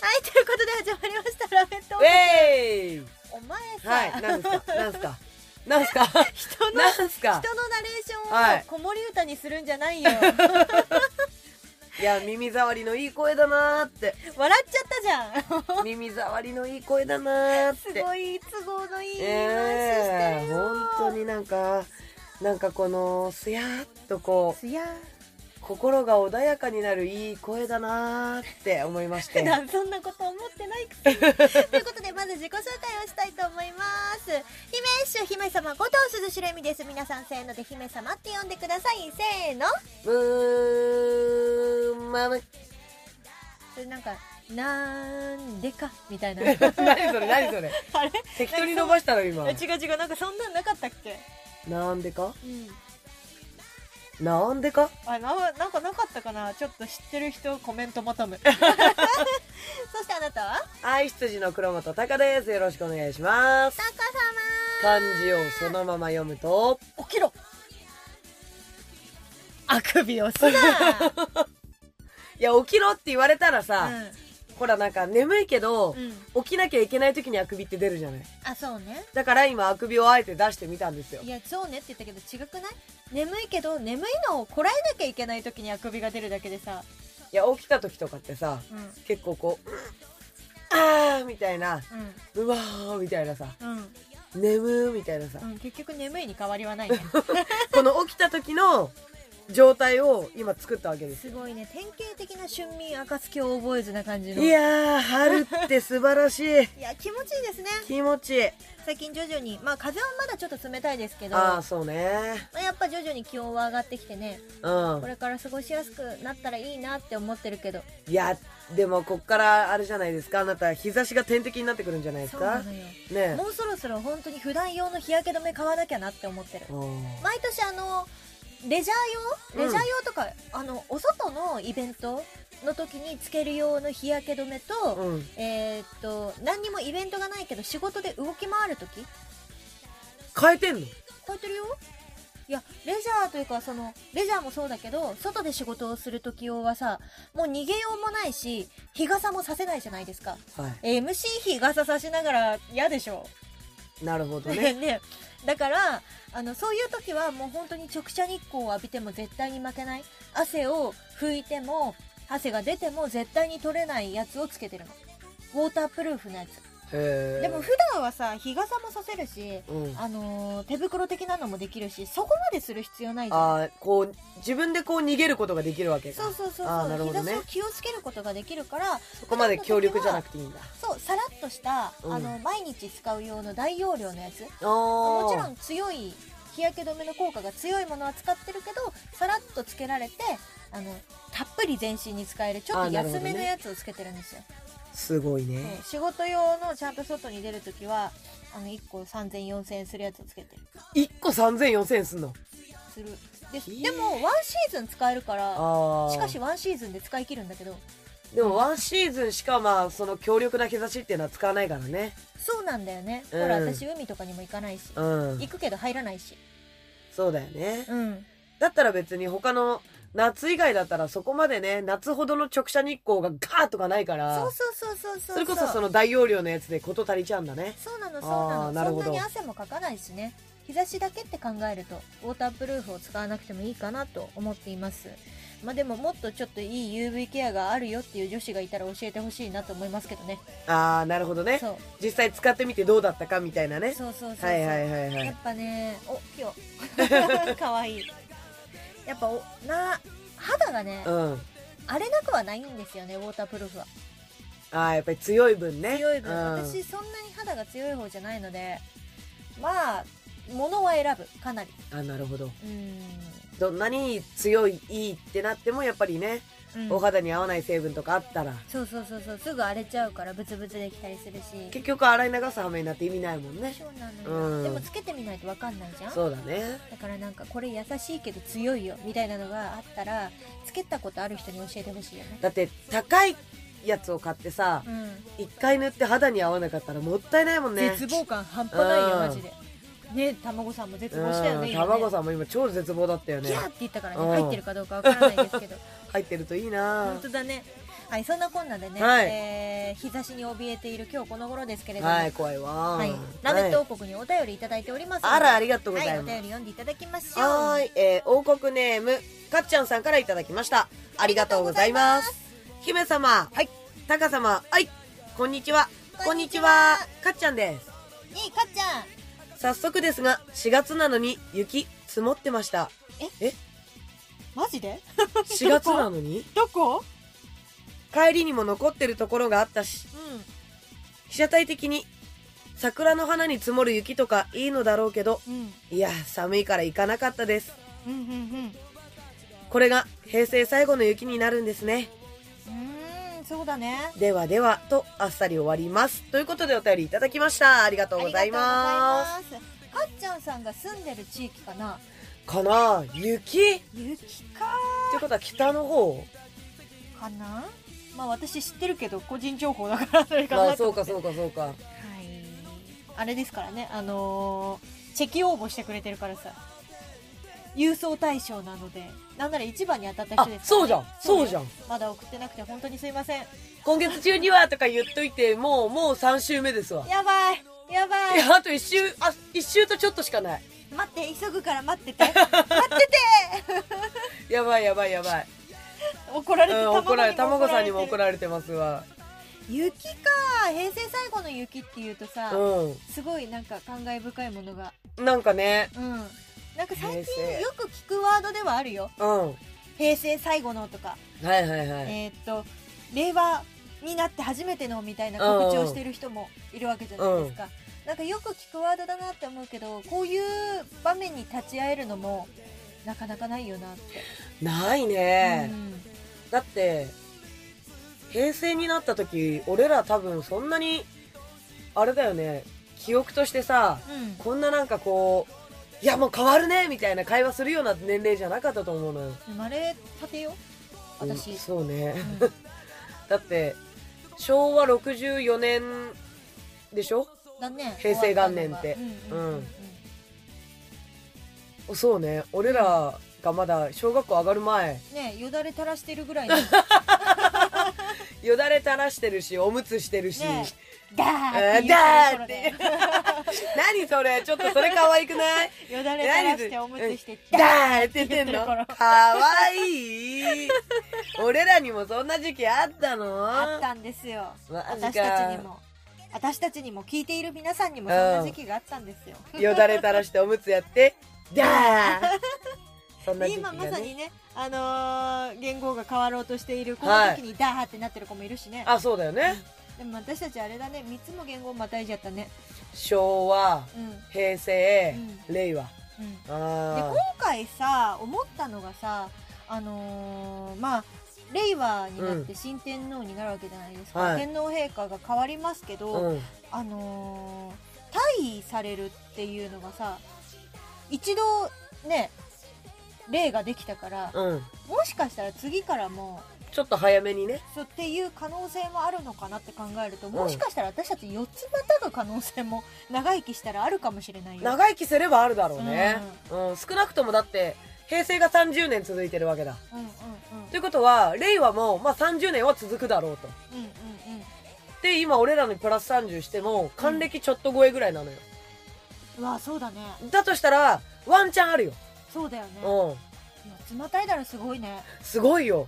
はいということで始まりましたラメット王ウ国ェイお前さ、 はい、なんですかなんですかなんですか人のなんですか人のナレーシはョンいを子守歌にするんじゃないよ いや、耳障りのいい声だな ーって。笑っちゃったじゃん 耳障りのいい声だなーっすて。ごい都合のいい話えしえたよ、本当になんか、なんかこの、すやーっとこう、すや心が穏やかになるいい声だなーって思いまし普て。段そん なこと思ってないく せにということでまず自己紹介をしたいと思います姫主姫様五藤鈴しれみです皆さんせーので姫様って呼んでくださいせーのブーン、マム。それなんかなんでかみ たいな何それ何それあれ適当に伸ばしたの 今。違う違うなんかそんなんなかったっけなんでかうんなんでかあななんかなかったかなちょっと知ってる人コメント求 むそしてあなたははい、羊の黒本隆です。よろしくお願いします。タカ様漢字をそのまま読むと、起きろあくびをすな、うん、いや、起きろって言われたらさ、ほらなんか眠いけど、うん起きなきゃいけない時にあくびって出るじゃない。あそうねだから今あくびをあえて出してみたんですよい。やそうねって言ったけど違くない眠いけど眠いのをこらえなきゃいけない時にあくびが出るだけでさ、いや、起きた時とかってさ、うん結構こう、うんあーみたいな、ううわーみたいなさ、んうん眠ーみたいなさ、うん、結局眠いに変わりは ないねこの起きた時の状態を今作ったわけです。すごいね典型的な春眠暁を覚えずな感じのいやー、春って素晴らしい。いや気持ちいいですね気持ちいい。最近徐々にまあ風はまだちょっと冷たいですけどああ、そうね。まあ、やっぱ徐々に気温は上がってきてねうんこ。れから過ごしやすくなったらいいなって思ってるけどいや、でもこっからあれじゃないですか。あなた、日差しが天敵になってくるんじゃないですそうなか。のねよえ。もうそろそろ本当に普段用の日焼け止め買わなきゃなって思ってるうん毎年あのレジャー用うレんジャー用とか、あのお外のイベントの時につける用の日焼け止めと、うん。えーっと何にもイベントがないけど仕事で動き回る時変えてんの超えてるよいやレジャーというかそのレジャーもそうだけど外で仕事をする時用はさもう逃げようもないし日傘もさせないじゃないですかは MC 日傘さしながら嫌でしょい。なるほどね ね。ねだからあのそういう時はもう本当に直射日光を浴びても絶対に負けない汗を拭いても汗が出ても絶対に取れないやつをつけてるのウォータープルーフのやつへえ。でも普段はさ日傘もさせるしうん。ああのー手袋的なのもできるしそこまでする必要ないじゃんあー、こう、自分でこう逃げることができるわけかそうそうそうあそーう、なる日ほど差ねしを気をつけることができるからそこまで強力じゃなくていいんだ。そうさらっとした、うんあの毎日使う用の大容量のやつあーもちろん強い日焼け止めの効果が強いものは使ってるけどさらっとつけられてあのたっぷり全身に使えるちょっあとーなるほ安どめねのやつをつけてるんですよ、すごいうんね。仕事用のちゃんと外に出るときはあの1個30004000円するやつをつけてる1個3000、4000円すんの。するでーでもワンシーズン使えるからああ。しかし、ワンシーズンで使い切るんだけどでもワンシーズンしかまあ、その強力な日差しっていうのは使わないからね。そうなんだよね、うんほら私海とかにも行かないし、うん行。くけど入らないしそうだよね。うんだったら別に他の夏以外だったらそこまでね、夏ほどの直射日光がガーッとかないから、そうそうそうそうそうそれこそその大容量のやつで事足りちゃうんだね。そうなのあーそうなのなるほどそんなに汗もかかないしね日差しだけって考えるとウォータープルーフを使わなくてもいいかなと思っていますまあでももっとちょっといい UV ケアがあるよっていう女子がいたら教えてほしいなと思いますけどねあー、なるほどね。そう実際使ってみてどうだったかみたいなね。そうそうそうそう、はいはいはいはやっい。ぱねお今日 かわいいやっぱおな肌がね、うん。荒れなくはないんですよねウォータープルーフはあー、やっぱり強い分ね。強い分、うん、私そんなに肌が強い方じゃないのでまあ物は選ぶかなりあなるほどうーんどんなに強いいいってなってもやっぱりね、うんお肌に合わない成分とかあったらそうそうそうそうすぐ荒れちゃうからブツブツできたりするし結局洗い流す羽目になって意味ないもんねそうなのよ、うんでもつけてみないとわかんないじゃんそうだねだからなんかこれ優しいけど強いよみたいなのがあったらつけたことある人に教えてほしいよねだって高いやつを買ってさうん一回塗って肌に合わなかったらもったいないもんね絶望感半端ないようんマジでね卵さんも絶う望したよねん今ね卵さんも今超絶望だったよねギャーって言ったからねうん入ってるかどうかわからないですけど入ってるといいな本当だねはいそんなこんなでね、はいえー日差しに怯えている今日この頃ですけれども、はい怖いわはいラメット王国にお便りいただいておりますのであらありがとうございはまおす便り読んでいただきましょうはーい、えー王国ネーム、かっちゃんさんからいただきました。ありがとうございます。姫様、はい。タカ様、はい。こんにちは。ここんんににちちはは。かっちゃんです。ねえかっちゃん早速ですが、4月なのに雪積もってま した。マジで4月なの にどこ帰りにも残ってるところがあったし、うん被写体的に桜の花に積もる雪とかいいのだろうけど、うんいや、寒いから行かなかったです。うんうんうんこれが平成最後の雪になるんですね。うーんそうだねではではとあっさり終わりますということでお便りいただきましたありがとうございますありがとうございますかっちゃんさんが住んでる地域かなかな雪って雪かことは北の方かなまあ私知ってるけど個人情報だからそれかな、まあそうはかそうかそうかいあれですからねあのーチェキ応募してくれてるからさ郵送対象なのでなんなら一番に当たった人あですからね、そうじゃんそうじゃんゃんまだ送ってなくて本当にすいません今月中にはとか言っといてもうもう3週目ですわやばいやばいいやあと1週あ一週とちょっとしかない待って急ぐから待って てやばいやばいやばい、怒られうてん、怒られ卵卵ささんにんにもも怒怒られてるられてますわ雪か平成最後の雪っていうとさ、うすごいなんか感慨深いものがんなんかねうんなんか最平成近よく聞くワードではあるようんは平成最後のとか、いはいはいえーっと令和になって初めてのみたいな告知をしてる人もいるわけじゃないですか、なんかよく聞くワードだなって思うけどこういう場面に立ち会えるのもなかなかないよなって、ないね、うんだって平成になった時俺ら多分そんなにあれだよね記憶としてさうんこんななんかこういやもう変わるねみたいな会話するような年齢じゃなかったと思うのよ生まれたてよ私、うんそうね、うん だって昭和64年でしょだね平成元年って終わったのがうんうんうんうんそうね俺らがまだ小学校上がる前ねよだれ垂らしてるぐ らいのねよだれ垂らしてるしおむつしてるし、ダーってえ言うとこーダーろっでて何それちょっとそれ可愛くないよだれ垂らしておむつして ダダーーって言ってん言のってる頃かわいい俺らにもそんな時期あったのあったんですよマジ私かたちにも私たちにも聞いている皆さんにもそんな時期があったんですよよだれ垂らしておむつやってダーそんな時期今が、まさね、にねあのー言語が変わろうとしているこの時にダーってなってる子もいるしねあそうだよねでも私たちあれだね3つも言語をまたいじゃったね昭和うんうん平成、令和うんであ今回さ思ったのがさあのーまあ令和になって新天皇になるわけじゃないですか、はい天皇陛下が変わりますけーど、うんあのー退位されるっていうのがさ一度ね例ができたからうんもしかしたら次からもちょっと早めにねそうっていう可能性もあるのかなって考えるとんもしかしたら私たち四つまたぐ可能性も長生きしたらあるかもしれないよ。長生きすればあるだろうね、うん少なくともだって平成が30年続いてるわけだうんうんうんということは令和も、まあ、30年は続くだろうとうんうんうんで今俺らにプラス30しても還暦ちょっと超えぐらいなのよ、うわそうだねだとしたらワンチャンあるよ、そうだよねう四んつまたいだらすごいね すごいよ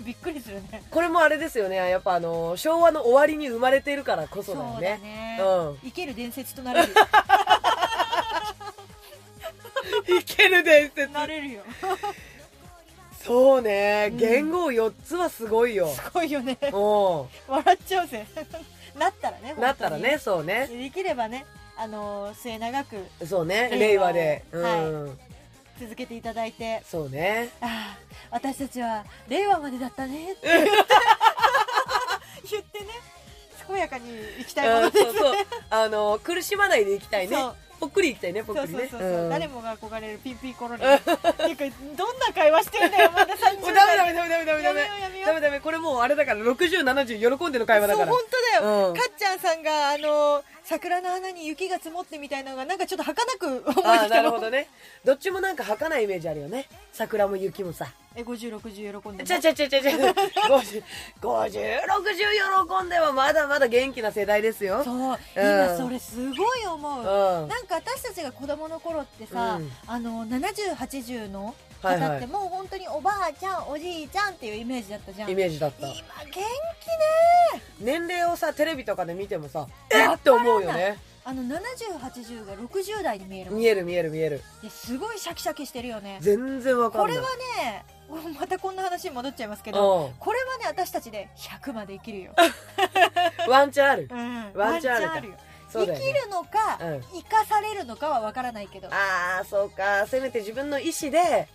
びっくりするねこれもあれですよねやっぱあの昭和の終わりに生まれているからこそだよねねう生ける伝説となれ るんいける伝説なれるよそうねうん言語4つはすごいよ、すごいよねう笑っちゃうぜ なったらね ん、なったらねそうね本当にできればねあの末永くそうね令令和和で、うんは続けていただいてそうねああ私たちは令和までだったねって 言ってね健やかに生きたいもうのんですそうそうあの苦しまないでいきたいねそうぽっくりいきたいねぽっそくうりそうそねうそう、ん誰もが憧れるピンピンコロリ ーっていうかどんな会話してんだよまだ30もう代ダメダメダメダメダメダやめよメうやめようダメダメこれもうあれだから6070喜んでの会話だからそう本当だよ、うんかっちゃんさんがあの桜の花に雪が積もってみたいなのがなんかちょっと儚く思えてきああーなたるのほどねどっちもなんか儚ないイメージあるよね桜も雪もさえ5060喜んでちゃねちゃちゃちゃちゃ505060喜んではまだまだ元気な世代ですよそう、うん今それすごい思う、うんなんか私たちが子供の頃ってさ、うんあの7080のは方いはいってもう本当におばあちゃんおじいちゃんっていうイメージだったじゃんイ今メージだった元気ね年齢をさテレビとかで見てもさえっって思うよねあの7080が60代に見えるもん見える見える見えるですごいシャキシャキしてるよね全然わかこんなれいはね またこんな話に戻っちゃいますけどうこれはね私たちで100まで生き るよ、んワンチャンあるうんワンチャンあるかよそ生うだよきねるのか、うん生かされるのかは分からないけどああそうかせめて自分の意思で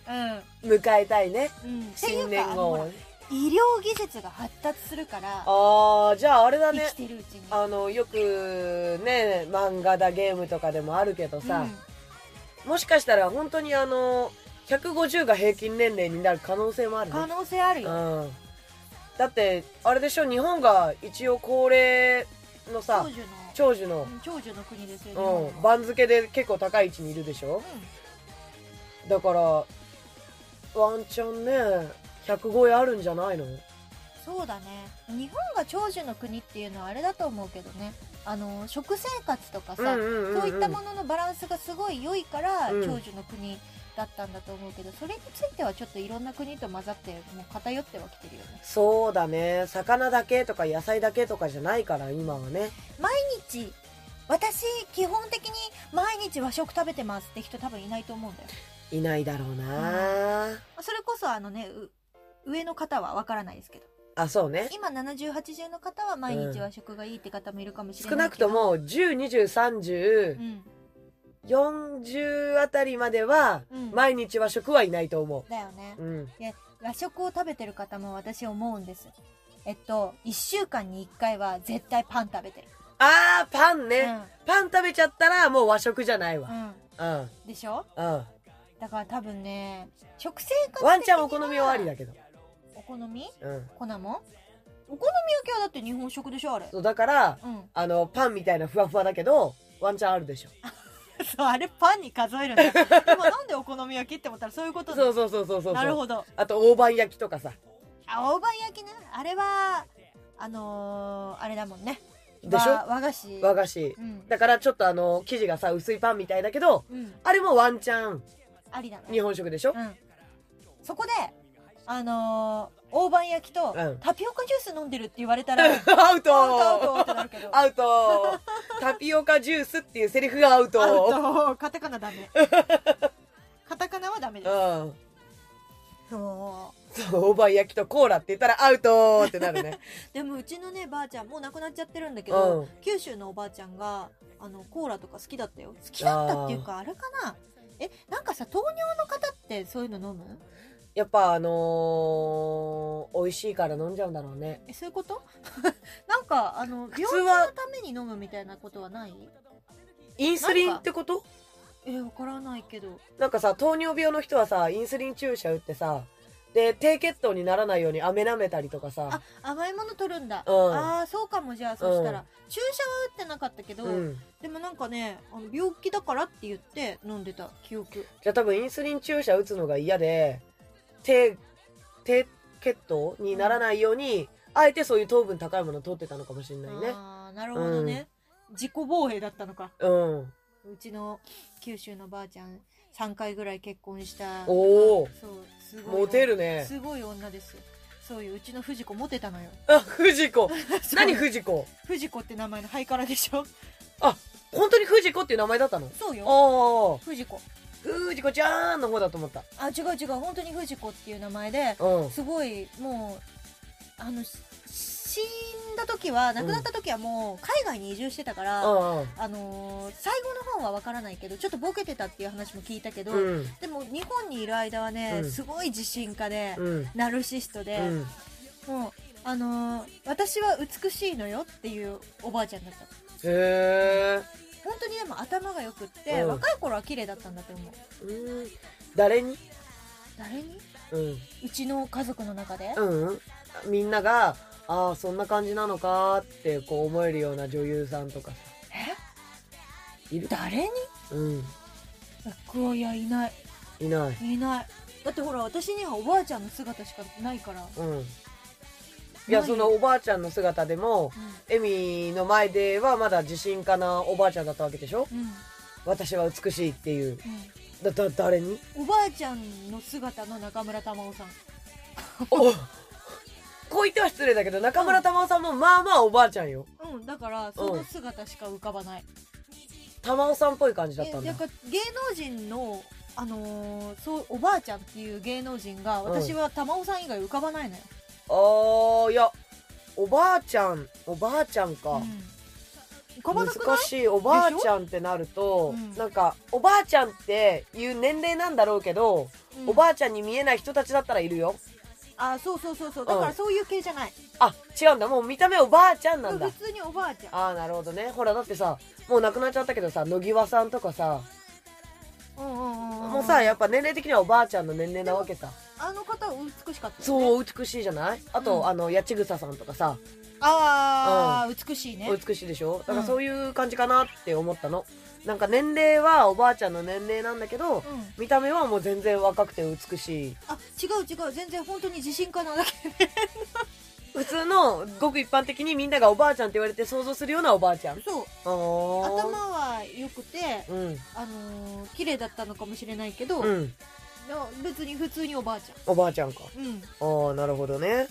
うん迎えたいねうん、っていう新か年あのほ号らを医療技術が発達するからああじゃああれだ生ねきてるうちにあのよくね漫画だゲームとかでもあるけどさ、もしかしたら本当にあの150が平均年齢になる可能性もあうるん、ね可能性あるうよ、ん、だってあれでしょ日本が一応高齢のさ長寿の長寿う、ん長寿のの国ですよ日本うん、は番付で結構高い位置にいるでしょだからワンチャンね100超えあるんじゃないのうんそうだね日本が長寿の国っていうのはあれだと思うけどねあの食生活とかさ、そういったもののバランスがすごい良いから、うん長寿の国だったんだと思うけどそれについてはちょっといろんな国と混ざってもう偏ってはきてるよねそうだね魚だけとか野菜だけとかじゃないから今はね毎日私基本的に毎日和食食べてますって人多分いないと思うんだよいないだろうな、それこそあのねう上の方はわからないですけどあそうね今7080の方は毎日和食がいいって方もいるかもしれ少なないけくどと、もう10203040ん、あたりまではうん毎日は食はいないと思だよねう、うん、和食を食べてる方も私思うんですえっと1週間に1回は絶対パン食べてるあーパンね、うんパン食べちゃったらもう和食じゃないわうんうんうんでしょだから多分ね食生活的にはワンチャンお好みはありだけど、お好みうん、粉もんお好み焼きはだって日本食でしょあれそうだからうんあのパンみたいなふわふわだけどワンチャンあるでしょそうあれパンに数えるん だよ今なんでお好み焼きって思ったらそういうことねそうそうそうそうそうなるほどあと大判焼きとかさあ大判焼きねあれはあのー、あれだもんねでしょわ和菓子和菓子うん、だからちょっとあの生地がさ薄いパンみたいだけどうん、あれもワンチャンありだね日本食でしょうんそこであのー、大判焼きとうんタピオカジュース飲んでるって言われたら、アウアウトアウトアウトトってなるけどアウトタピオカジュースっていうセリフがアウトアウトカタカナダメカタカナはダメですうんそうそう大判焼きとコーラって言ったらアウトってなるねでもうちのねばあちゃんもう亡くなっちゃってるんだけど、うん九州のおばあちゃんがあのコーラとか好きだったよ好きだったっていうかあれかなえなんかさ糖尿の方ってそういうの飲むやっぱあのー美味しいから飲んじゃうんだろうねえそういうこと なんかあの病普気通のはために飲むみたいなことはないインスリンってことえわからないけどなんかさ糖尿病の人はさインスリン注射打ってさで低血糖にならないように飴舐めたりとかあさ甘いもの取るんだ、うんああそうかもじゃあそしたら、注射は打ってなかったけど、うんでもなんかねあの病気だからって言って飲んでた記憶じゃあ多分インスリン注射打つのが嫌で低低血糖にならないように、あえてそういう糖分高いものを取ってたのかもしれないねああなるほどね、自己防衛だったのかうんうちの九州のばあちゃん3回ぐらい結婚したおおそうすごいモテるねすごい女ですよそういううちの藤子モテたのよあ藤子 何そう藤子藤子って名前のハイカラでしょ本当に藤子っていう名前だったのそうよああ藤子藤子ちゃんの方だと思ったあ違う違う本当に藤子っていう名前でうんすごいもうあのし死んだの時は亡くなった時はもう海外に移住してたから、うんあのー最後の方は分からないけどちょっとボケてたっていう話も聞いたけど、うんでも日本にいる間はね、うんすごい自信家で、うんナルシストで、うんもうあのー私は美しいのよっていうおばあちゃんだったへえ本当にでも頭がよくって、うん若い頃は綺麗だったんだと思ううん誰に誰にうんうちの家族の中で、うんみんながああそんな感じなのかってこう思えるような女優さんとかさえいる誰にうんクワいやいないいないいないだってほら私にはおばあちゃんの姿しかないから、うんいやないそのおばあちゃんの姿でもエミの前ではまだ自信家なおばあちゃんだったわけでしょうんうん私は美しいっていうだだ 誰におばあちゃんの姿の中村玉緒さんおこう言っては失礼だけど中村玉緒さんもまあまあおばあちゃんようんだからその姿しか浮かばない、玉緒さんっぽい感じだっえたんなだんか芸能人のあのーそうおばあちゃんっていう芸能人がうん私は玉緒さん以外浮かばないのよ、あーいやおばあちゃんおばあちゃんうか、ん浮かばなくな難いしいおばあちゃんってなると、でしょうんなんかおばあちゃんっていう年齢なんだろうけど、うんおばあちゃんに見えない人たちだったらいるよあそうそうそうそうだかうらんそういう系じゃない、あ違うんだもう見た目おばあちゃんなんだ普通におばあちゃんああなるほどねほらだってさもう亡くなっちゃったけどさ野際さんとかさうんうんうんうんもうさやっぱ年齢的にはおばあちゃんの年齢なわけさあの方は美しかったよねそう美しいじゃないあと、うんあの八千草さんとかさああ、美しいね美しいでしょだかうらんそういう感じかなって思ったの、なんか年齢はおばあちゃんの年齢なんだけうど、ん見た目はもう全然若くて美しいあ違う違う全然本当に自信家なだけ普通のごく一般的にみんながおばあちゃんって言われて想像するようなおばあちゃんそう頭頭は良くてうんあのー綺麗だったのかもしれないけど、うんでも別に普通におばあちゃおばあちゃんかんうんああなるほどね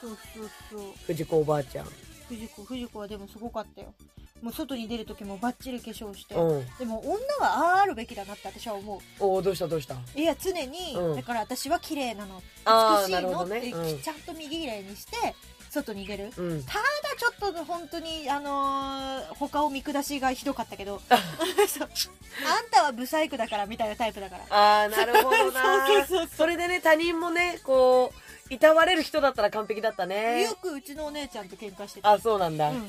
そうそうそう藤子おばあちゃん藤子藤子はでもすごかったよもう外に出る時もバッチリ化粧して、うんでも女はあああるべきだなって私は思おおどうしたどうしたういや常に、うんだから私は綺麗なのあー美しいなるほのどって、ねうんちゃんと右綺麗にして外に出るうんただちょっと本当にあのー他を見下しがひどかったけ どそうあんたはブサイクだからみたいなタイプだからああなる ほどなそうそうそうそれでね他人もねこういたわれる人だったら完璧だったねよくうちのお姉ちゃんと喧嘩してた、あそうなんだ、うん、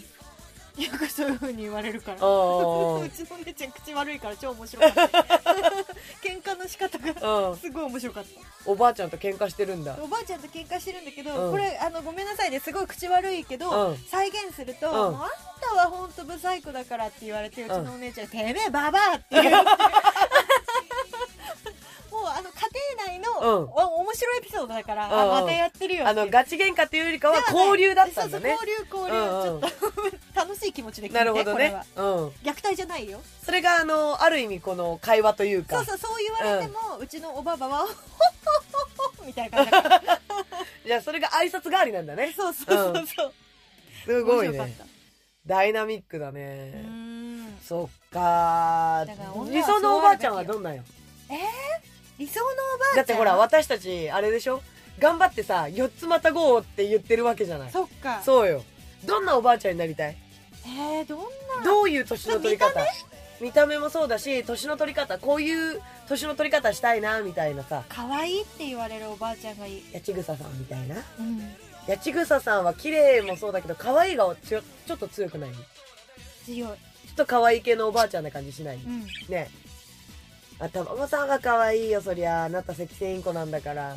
よくそういう風に言われるからうちのおおー姉ちゃん口悪いから超面白かった喧嘩の仕方がうん、すごい面白かったおばあちゃんと喧嘩してるんだ おばあちゃんと喧嘩してるんだけど、うんこれあのごめんなさいですごい口悪いけど、うん再現すると、うんもうあんたは本当ブサイクだからって言われてうちのお姉ちゃん、てめえババアって 言ってもうあの家庭内の、うんお面白いエピソードだから、うんうんあまたやってるよってあのガチ喧嘩っていうよりかはではない交流だったんだねそうそう交流うん交うん流、ちょっと 楽しい気持ちで聞いてなるほどこれねはうん虐待じゃないよそれがあのある意味この会話というかそうそうそう言われても、うちのおばば はほっほっほっほみたいな感じだからじゃあそれが挨拶代わりなんだねそうそうそうそう、すごい面白かねったダイナミックだうねーんそっかだから女は理想のおばあちゃんはどんなんよ理想のおばあちゃんだってほら私たちあれでしょ頑張ってさ4つまたごうって言ってるわけじゃないそっかそうよどんなおばあちゃんになりたいえー、どんなどういう年の取り見た方見た目もそうだし年の取り方こういう年の取り方したいなみたいなさ可愛いって言われるおばあちゃんがいい、八千草さんみたいなうん、八千草さんは綺麗もそうだけど可愛いがちょちょっと強くないちょ強い、っと可愛い系のおばあちゃんな感じしないうん、ねえあ卵さんは可愛いよそりゃあなた赤線インコなんだから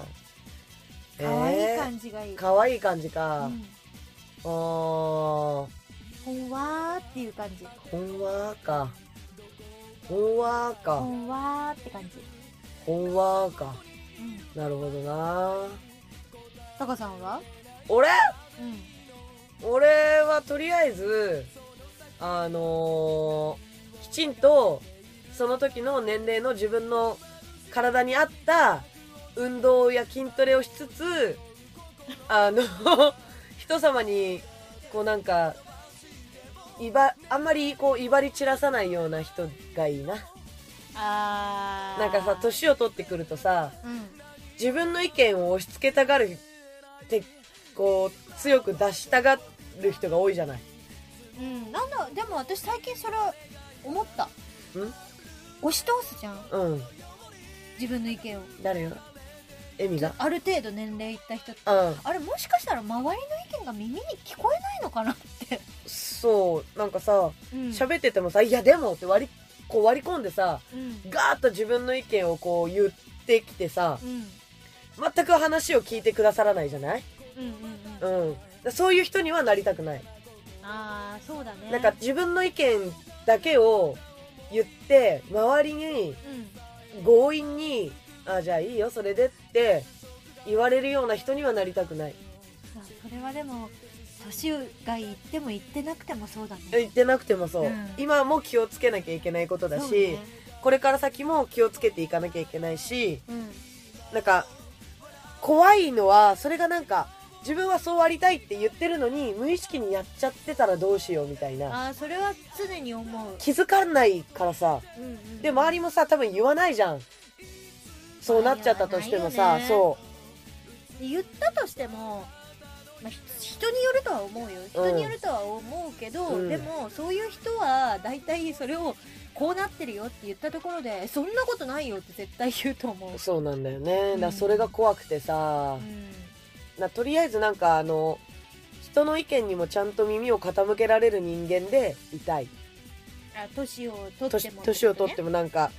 可愛いじ感じがいい、可愛い感じうか、ん、あーほんわーっていう感じほんわーかほんわほーかんわーって感じ、ほんわーかうん、なるほどなタカさんは俺うん俺はとりあえずあのーきちんとその時の年齢の自分の体に合った運動や筋トレをしつつあの 人様にこうなんか威張あんまりこう威張り散らさないような人がいいなあーなんかさ年を取ってくるとさうん自分の意見を押し付けたがるってこう強く出したがる人が多いじゃない。うんなんだでも私最近それ思った押し通すじゃんうん。自分の意見を誰よエミがある程度年齢いった人ってうん。あれもしかしたら周りの意見が耳に聞こえないのかなってそう、なんかさ、うん喋っててもさ、いやでもって割り、こう割り込んでさ、うんガーッと自分の意見をこう言ってきてさ、うん全く話を聞いてくださらないじゃないうんうんううんん。だそういう人にはなりたくない。ああそうだねなんか自分の意見だけを言って、周りにうん強引に、あ、じゃあいいよ、それでって言われるような人にはなりたくない。まあそれはでも年がいってもいってなくてもそうだね言ってなくてもそう。うん今も気をつけなきゃいけないことだそうし、ねこれから先も気をつけていかなきゃいけないし、うんなんか、怖いのは、それがなんか、自分はそうありたいって言ってるのに、無意識にやっちゃってたらどうしようみたいな。ああそれは常に思う気づかないからさ。うんうんで、周りもさ、多分言わないじゃん。そうなっちゃったとしてもまさ、あ言わないよそ言ったとしても、まあ、ひ人によるとは思うよ人によるとは思うけど、うんでもそういう人は大体それをこうなってるよって言ったところでそんなことないよって絶対言うと思うう。、そうなんだよね。だかうらんそれが怖くてさう、ん、なとりあえずなんかあの、人の意見にもちゃんと耳を傾けられる人間でいたい。あ年を取っ年ても年を取ってももなんか、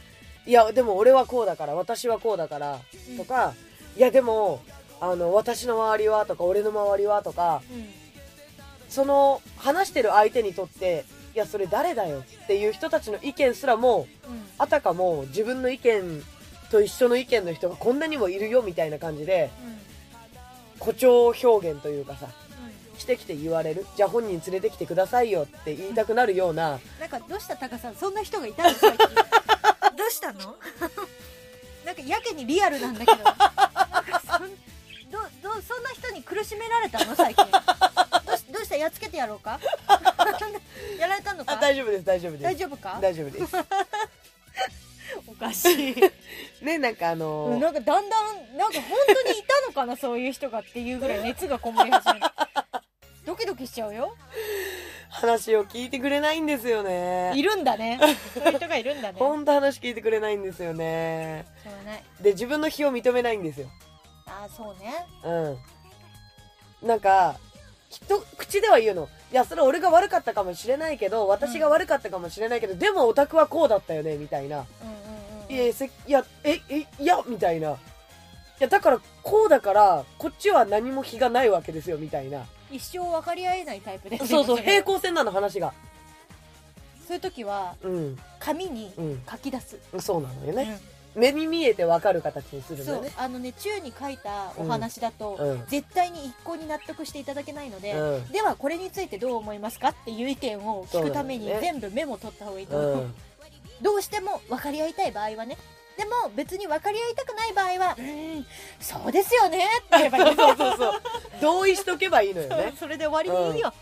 いや、でも俺はこうだから、私はこうだから、と、か、いやでも、あの、私の周りはとか、俺の周りはとか、うんうんその、話してる相手にとって、いや、それ誰だよっていう人たちの意見すらも、うんあたかも自分の意見と一緒の意見の人がこんなにもいるよみたいな感じで、うん誇張表現というかさ、してきて言われる。じゃあ本人連れてきてくださいよって言いたくなるような、なんかどうしたタカさんそんな人がいたの最近どうしたのなんかやけにリアルなんだけどなんかそんどどうそんな人に苦しめられたの最近どうしどうしたやっつけてやろうかやられたのあ、か大丈夫です、大丈夫で大す。丈夫か大丈夫です。おかしい ね、なんかあのうんなんかだんだんなんか本当にいたのかなそういう人がっていうぐらい熱がこもり始めるドキドキしちゃうよ話を聞いてくれないんですよね。いるんだ ねそういう人がいるんだねほんと話聞いてくれないんですよね。しょうがないで、自分の非を認めないんですよ。ああそうねうん。なんか、人、口では言うの。いや、それ俺が悪かったかもしれないけど、私が悪かったかもしれないけど、でもオタクはこうだったよね、みたいな。うんうんうんいや、せいや、え、え、いや、みたいな。いや、だから、こうだから、こっちは何も非がないわけですよ、みたいな。一生分かり合えないタイプですそうそう、 平行行線なの、話が。そういう時はうん、紙にうん。書き出す、そうなのよね。目に見えてわかる形にするそのうね。あのね宙に書いたお話だと、うん絶対に一向に納得していただけないので、うんではこれについてどう思いますかっていう意見を聞くためにそうだよね全部メモ取った方がいいと思う、うん。どうしても分かり合いたい場合はねでも別に分かり合いたくない場合は「うーんそうですよね」って言えばいい そうそうそう。同意しとけばいいのよね。それで終わりにいいよ、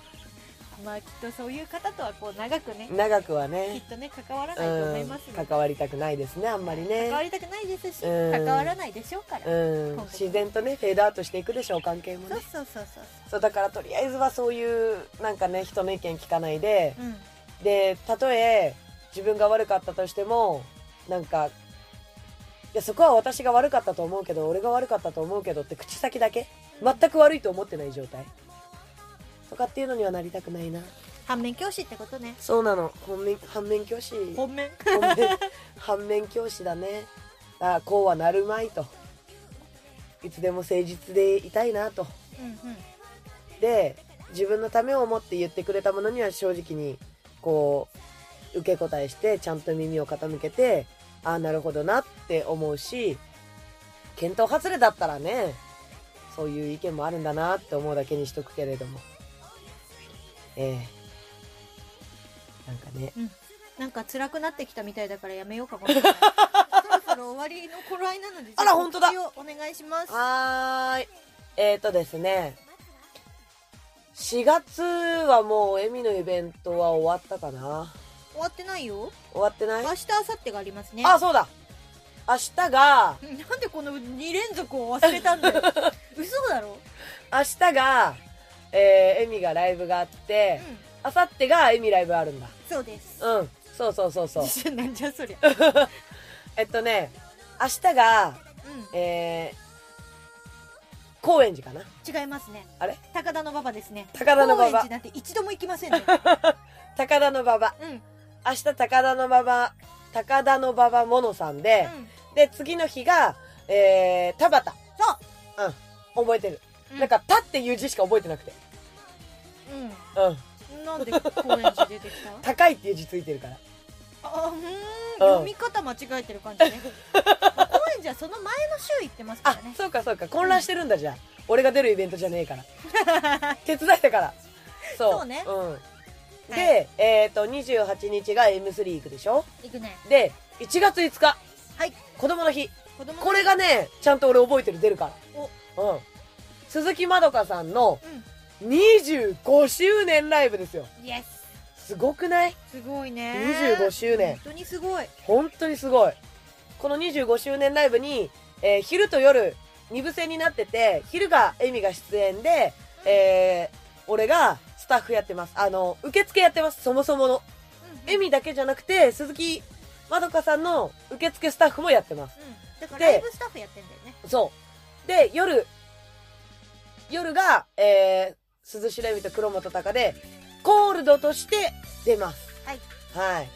まあきっとそういう方とはこう長くね長くはきっね、とね関わらないと思いますので、うん、関わりたくないですねあんまり関わね、りたくないですし、う関んわらないでしょうから、うん、自然とねフェードアウトしていくでしょう関係もそうねそうそうそうそうだからとりあえずはそういうなんかね人の意見聞かないでそう、うん、でたとえ自分が悪かったとしてもなんかいやそこは私が悪かったと思うけど俺が悪かったと思うけどって口先だけ全く悪いと思ってない状態とかっていうのにはなりたくないな反面教師ってことねそうなの本面反面教師本面反面反面教師だねあこうはなるまいといつでも誠実でいたいなとうんうんで自分のためを思って言ってくれたものには正直にこう受け答えしてちゃんと耳を傾けてああなるほどなって思うし検討外れだったらねそういう意見もあるんだなって思うだけにしとくけれどもええなんかねなんか辛くなってきたみたいだからやめよう かこれそろそろ終わりの頃合いなのであら本当だ告知をお願いしますはーい。えーとですね。4月はもうエミのイベントは終わったかな終わってないよ終わってな明い日明後日がありますねあ、そうだ明日が、うんなんでこの2連続を忘れたんだよ嘘だろ明日が、えー、エミがライブがあって、うん、あさってがエミライブあるんだ。そうです。うん。そうそうそうそう。なんじゃそりゃ。えっとね、明日が、うえー、高円寺かな。ん、違いますね。あれ高田の馬場ですね。高田の馬高円場寺。なんて一度も行きま せんね。高田の馬場。うん、うん、明日高田の馬場、高田の馬場ものさんで、で、次の日が、えー、田畑。うん。覚えてる。そう。なん、か、田っていう字しか覚えてなくて。ううん。ん、なんで高円寺出てきた？高いっていう字ついてるから。 あ、うーん、読み方間違えてる感じね。 まあ高円寺はその前の週行ってますかあら、ね。そうかそうか。混乱してるんだじゃあ。俺が出るイベントじゃねえから。 手伝ったから。そう。そうねうん。はで、えっ、と、28日が M3 行くでしょ行くね。で、1月5日。はい。子供の日。子供のこれがね、ちゃんと俺覚えてる、出るから。うん。鈴木まどかさんの25周年ライブですよ。うん、イエス。すごくないすごいね。 25周年本当にすごい。本当にすごい。この25周年ライブに、えー昼と夜、二部制になってて、昼がエミが出演で、えー俺がスタッフやってます。あの、受付やってます、そもそもの。エミだけじゃなくて、鈴木まどかさんの受付スタッフもやってます。うん、うん、だからライブスタッフやってんだよね。そう。で、夜、夜が、えー、鈴代エミと黒本隆で、コールドとして出ます。はい。はい。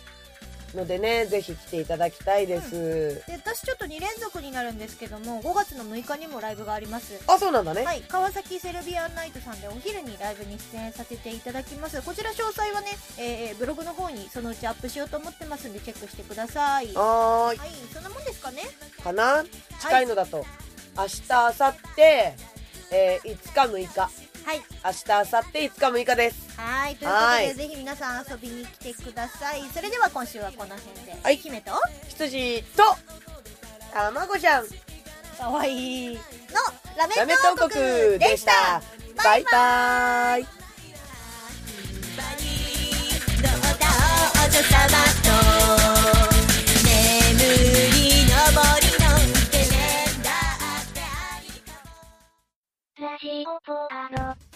のでね、ぜひ来ていただきたいです。で私ちょっと2連続になるんですけども5月の6日にもライブがありますあ、そうなんだね。はい川崎セルビアンナイトさんでお昼にライブに出演させていただきますこちら詳細はね、えーえーブログの方にそのうちアップしようと思ってますんでチェックしてくださいはあいそんなもんですかねーかな近いのだと、明日明後日、えー、5日6日はい明日明後日5日6日ですはいというはこといでぜひ皆さん遊びに来てくださいそれでは今週はこの辺で、はい姫と羊と卵じゃんかわいいのラメラメッットト王王国国でしでしたたバイバイバニーどうだ王女様と眠りのぼりのイケメンだってありかも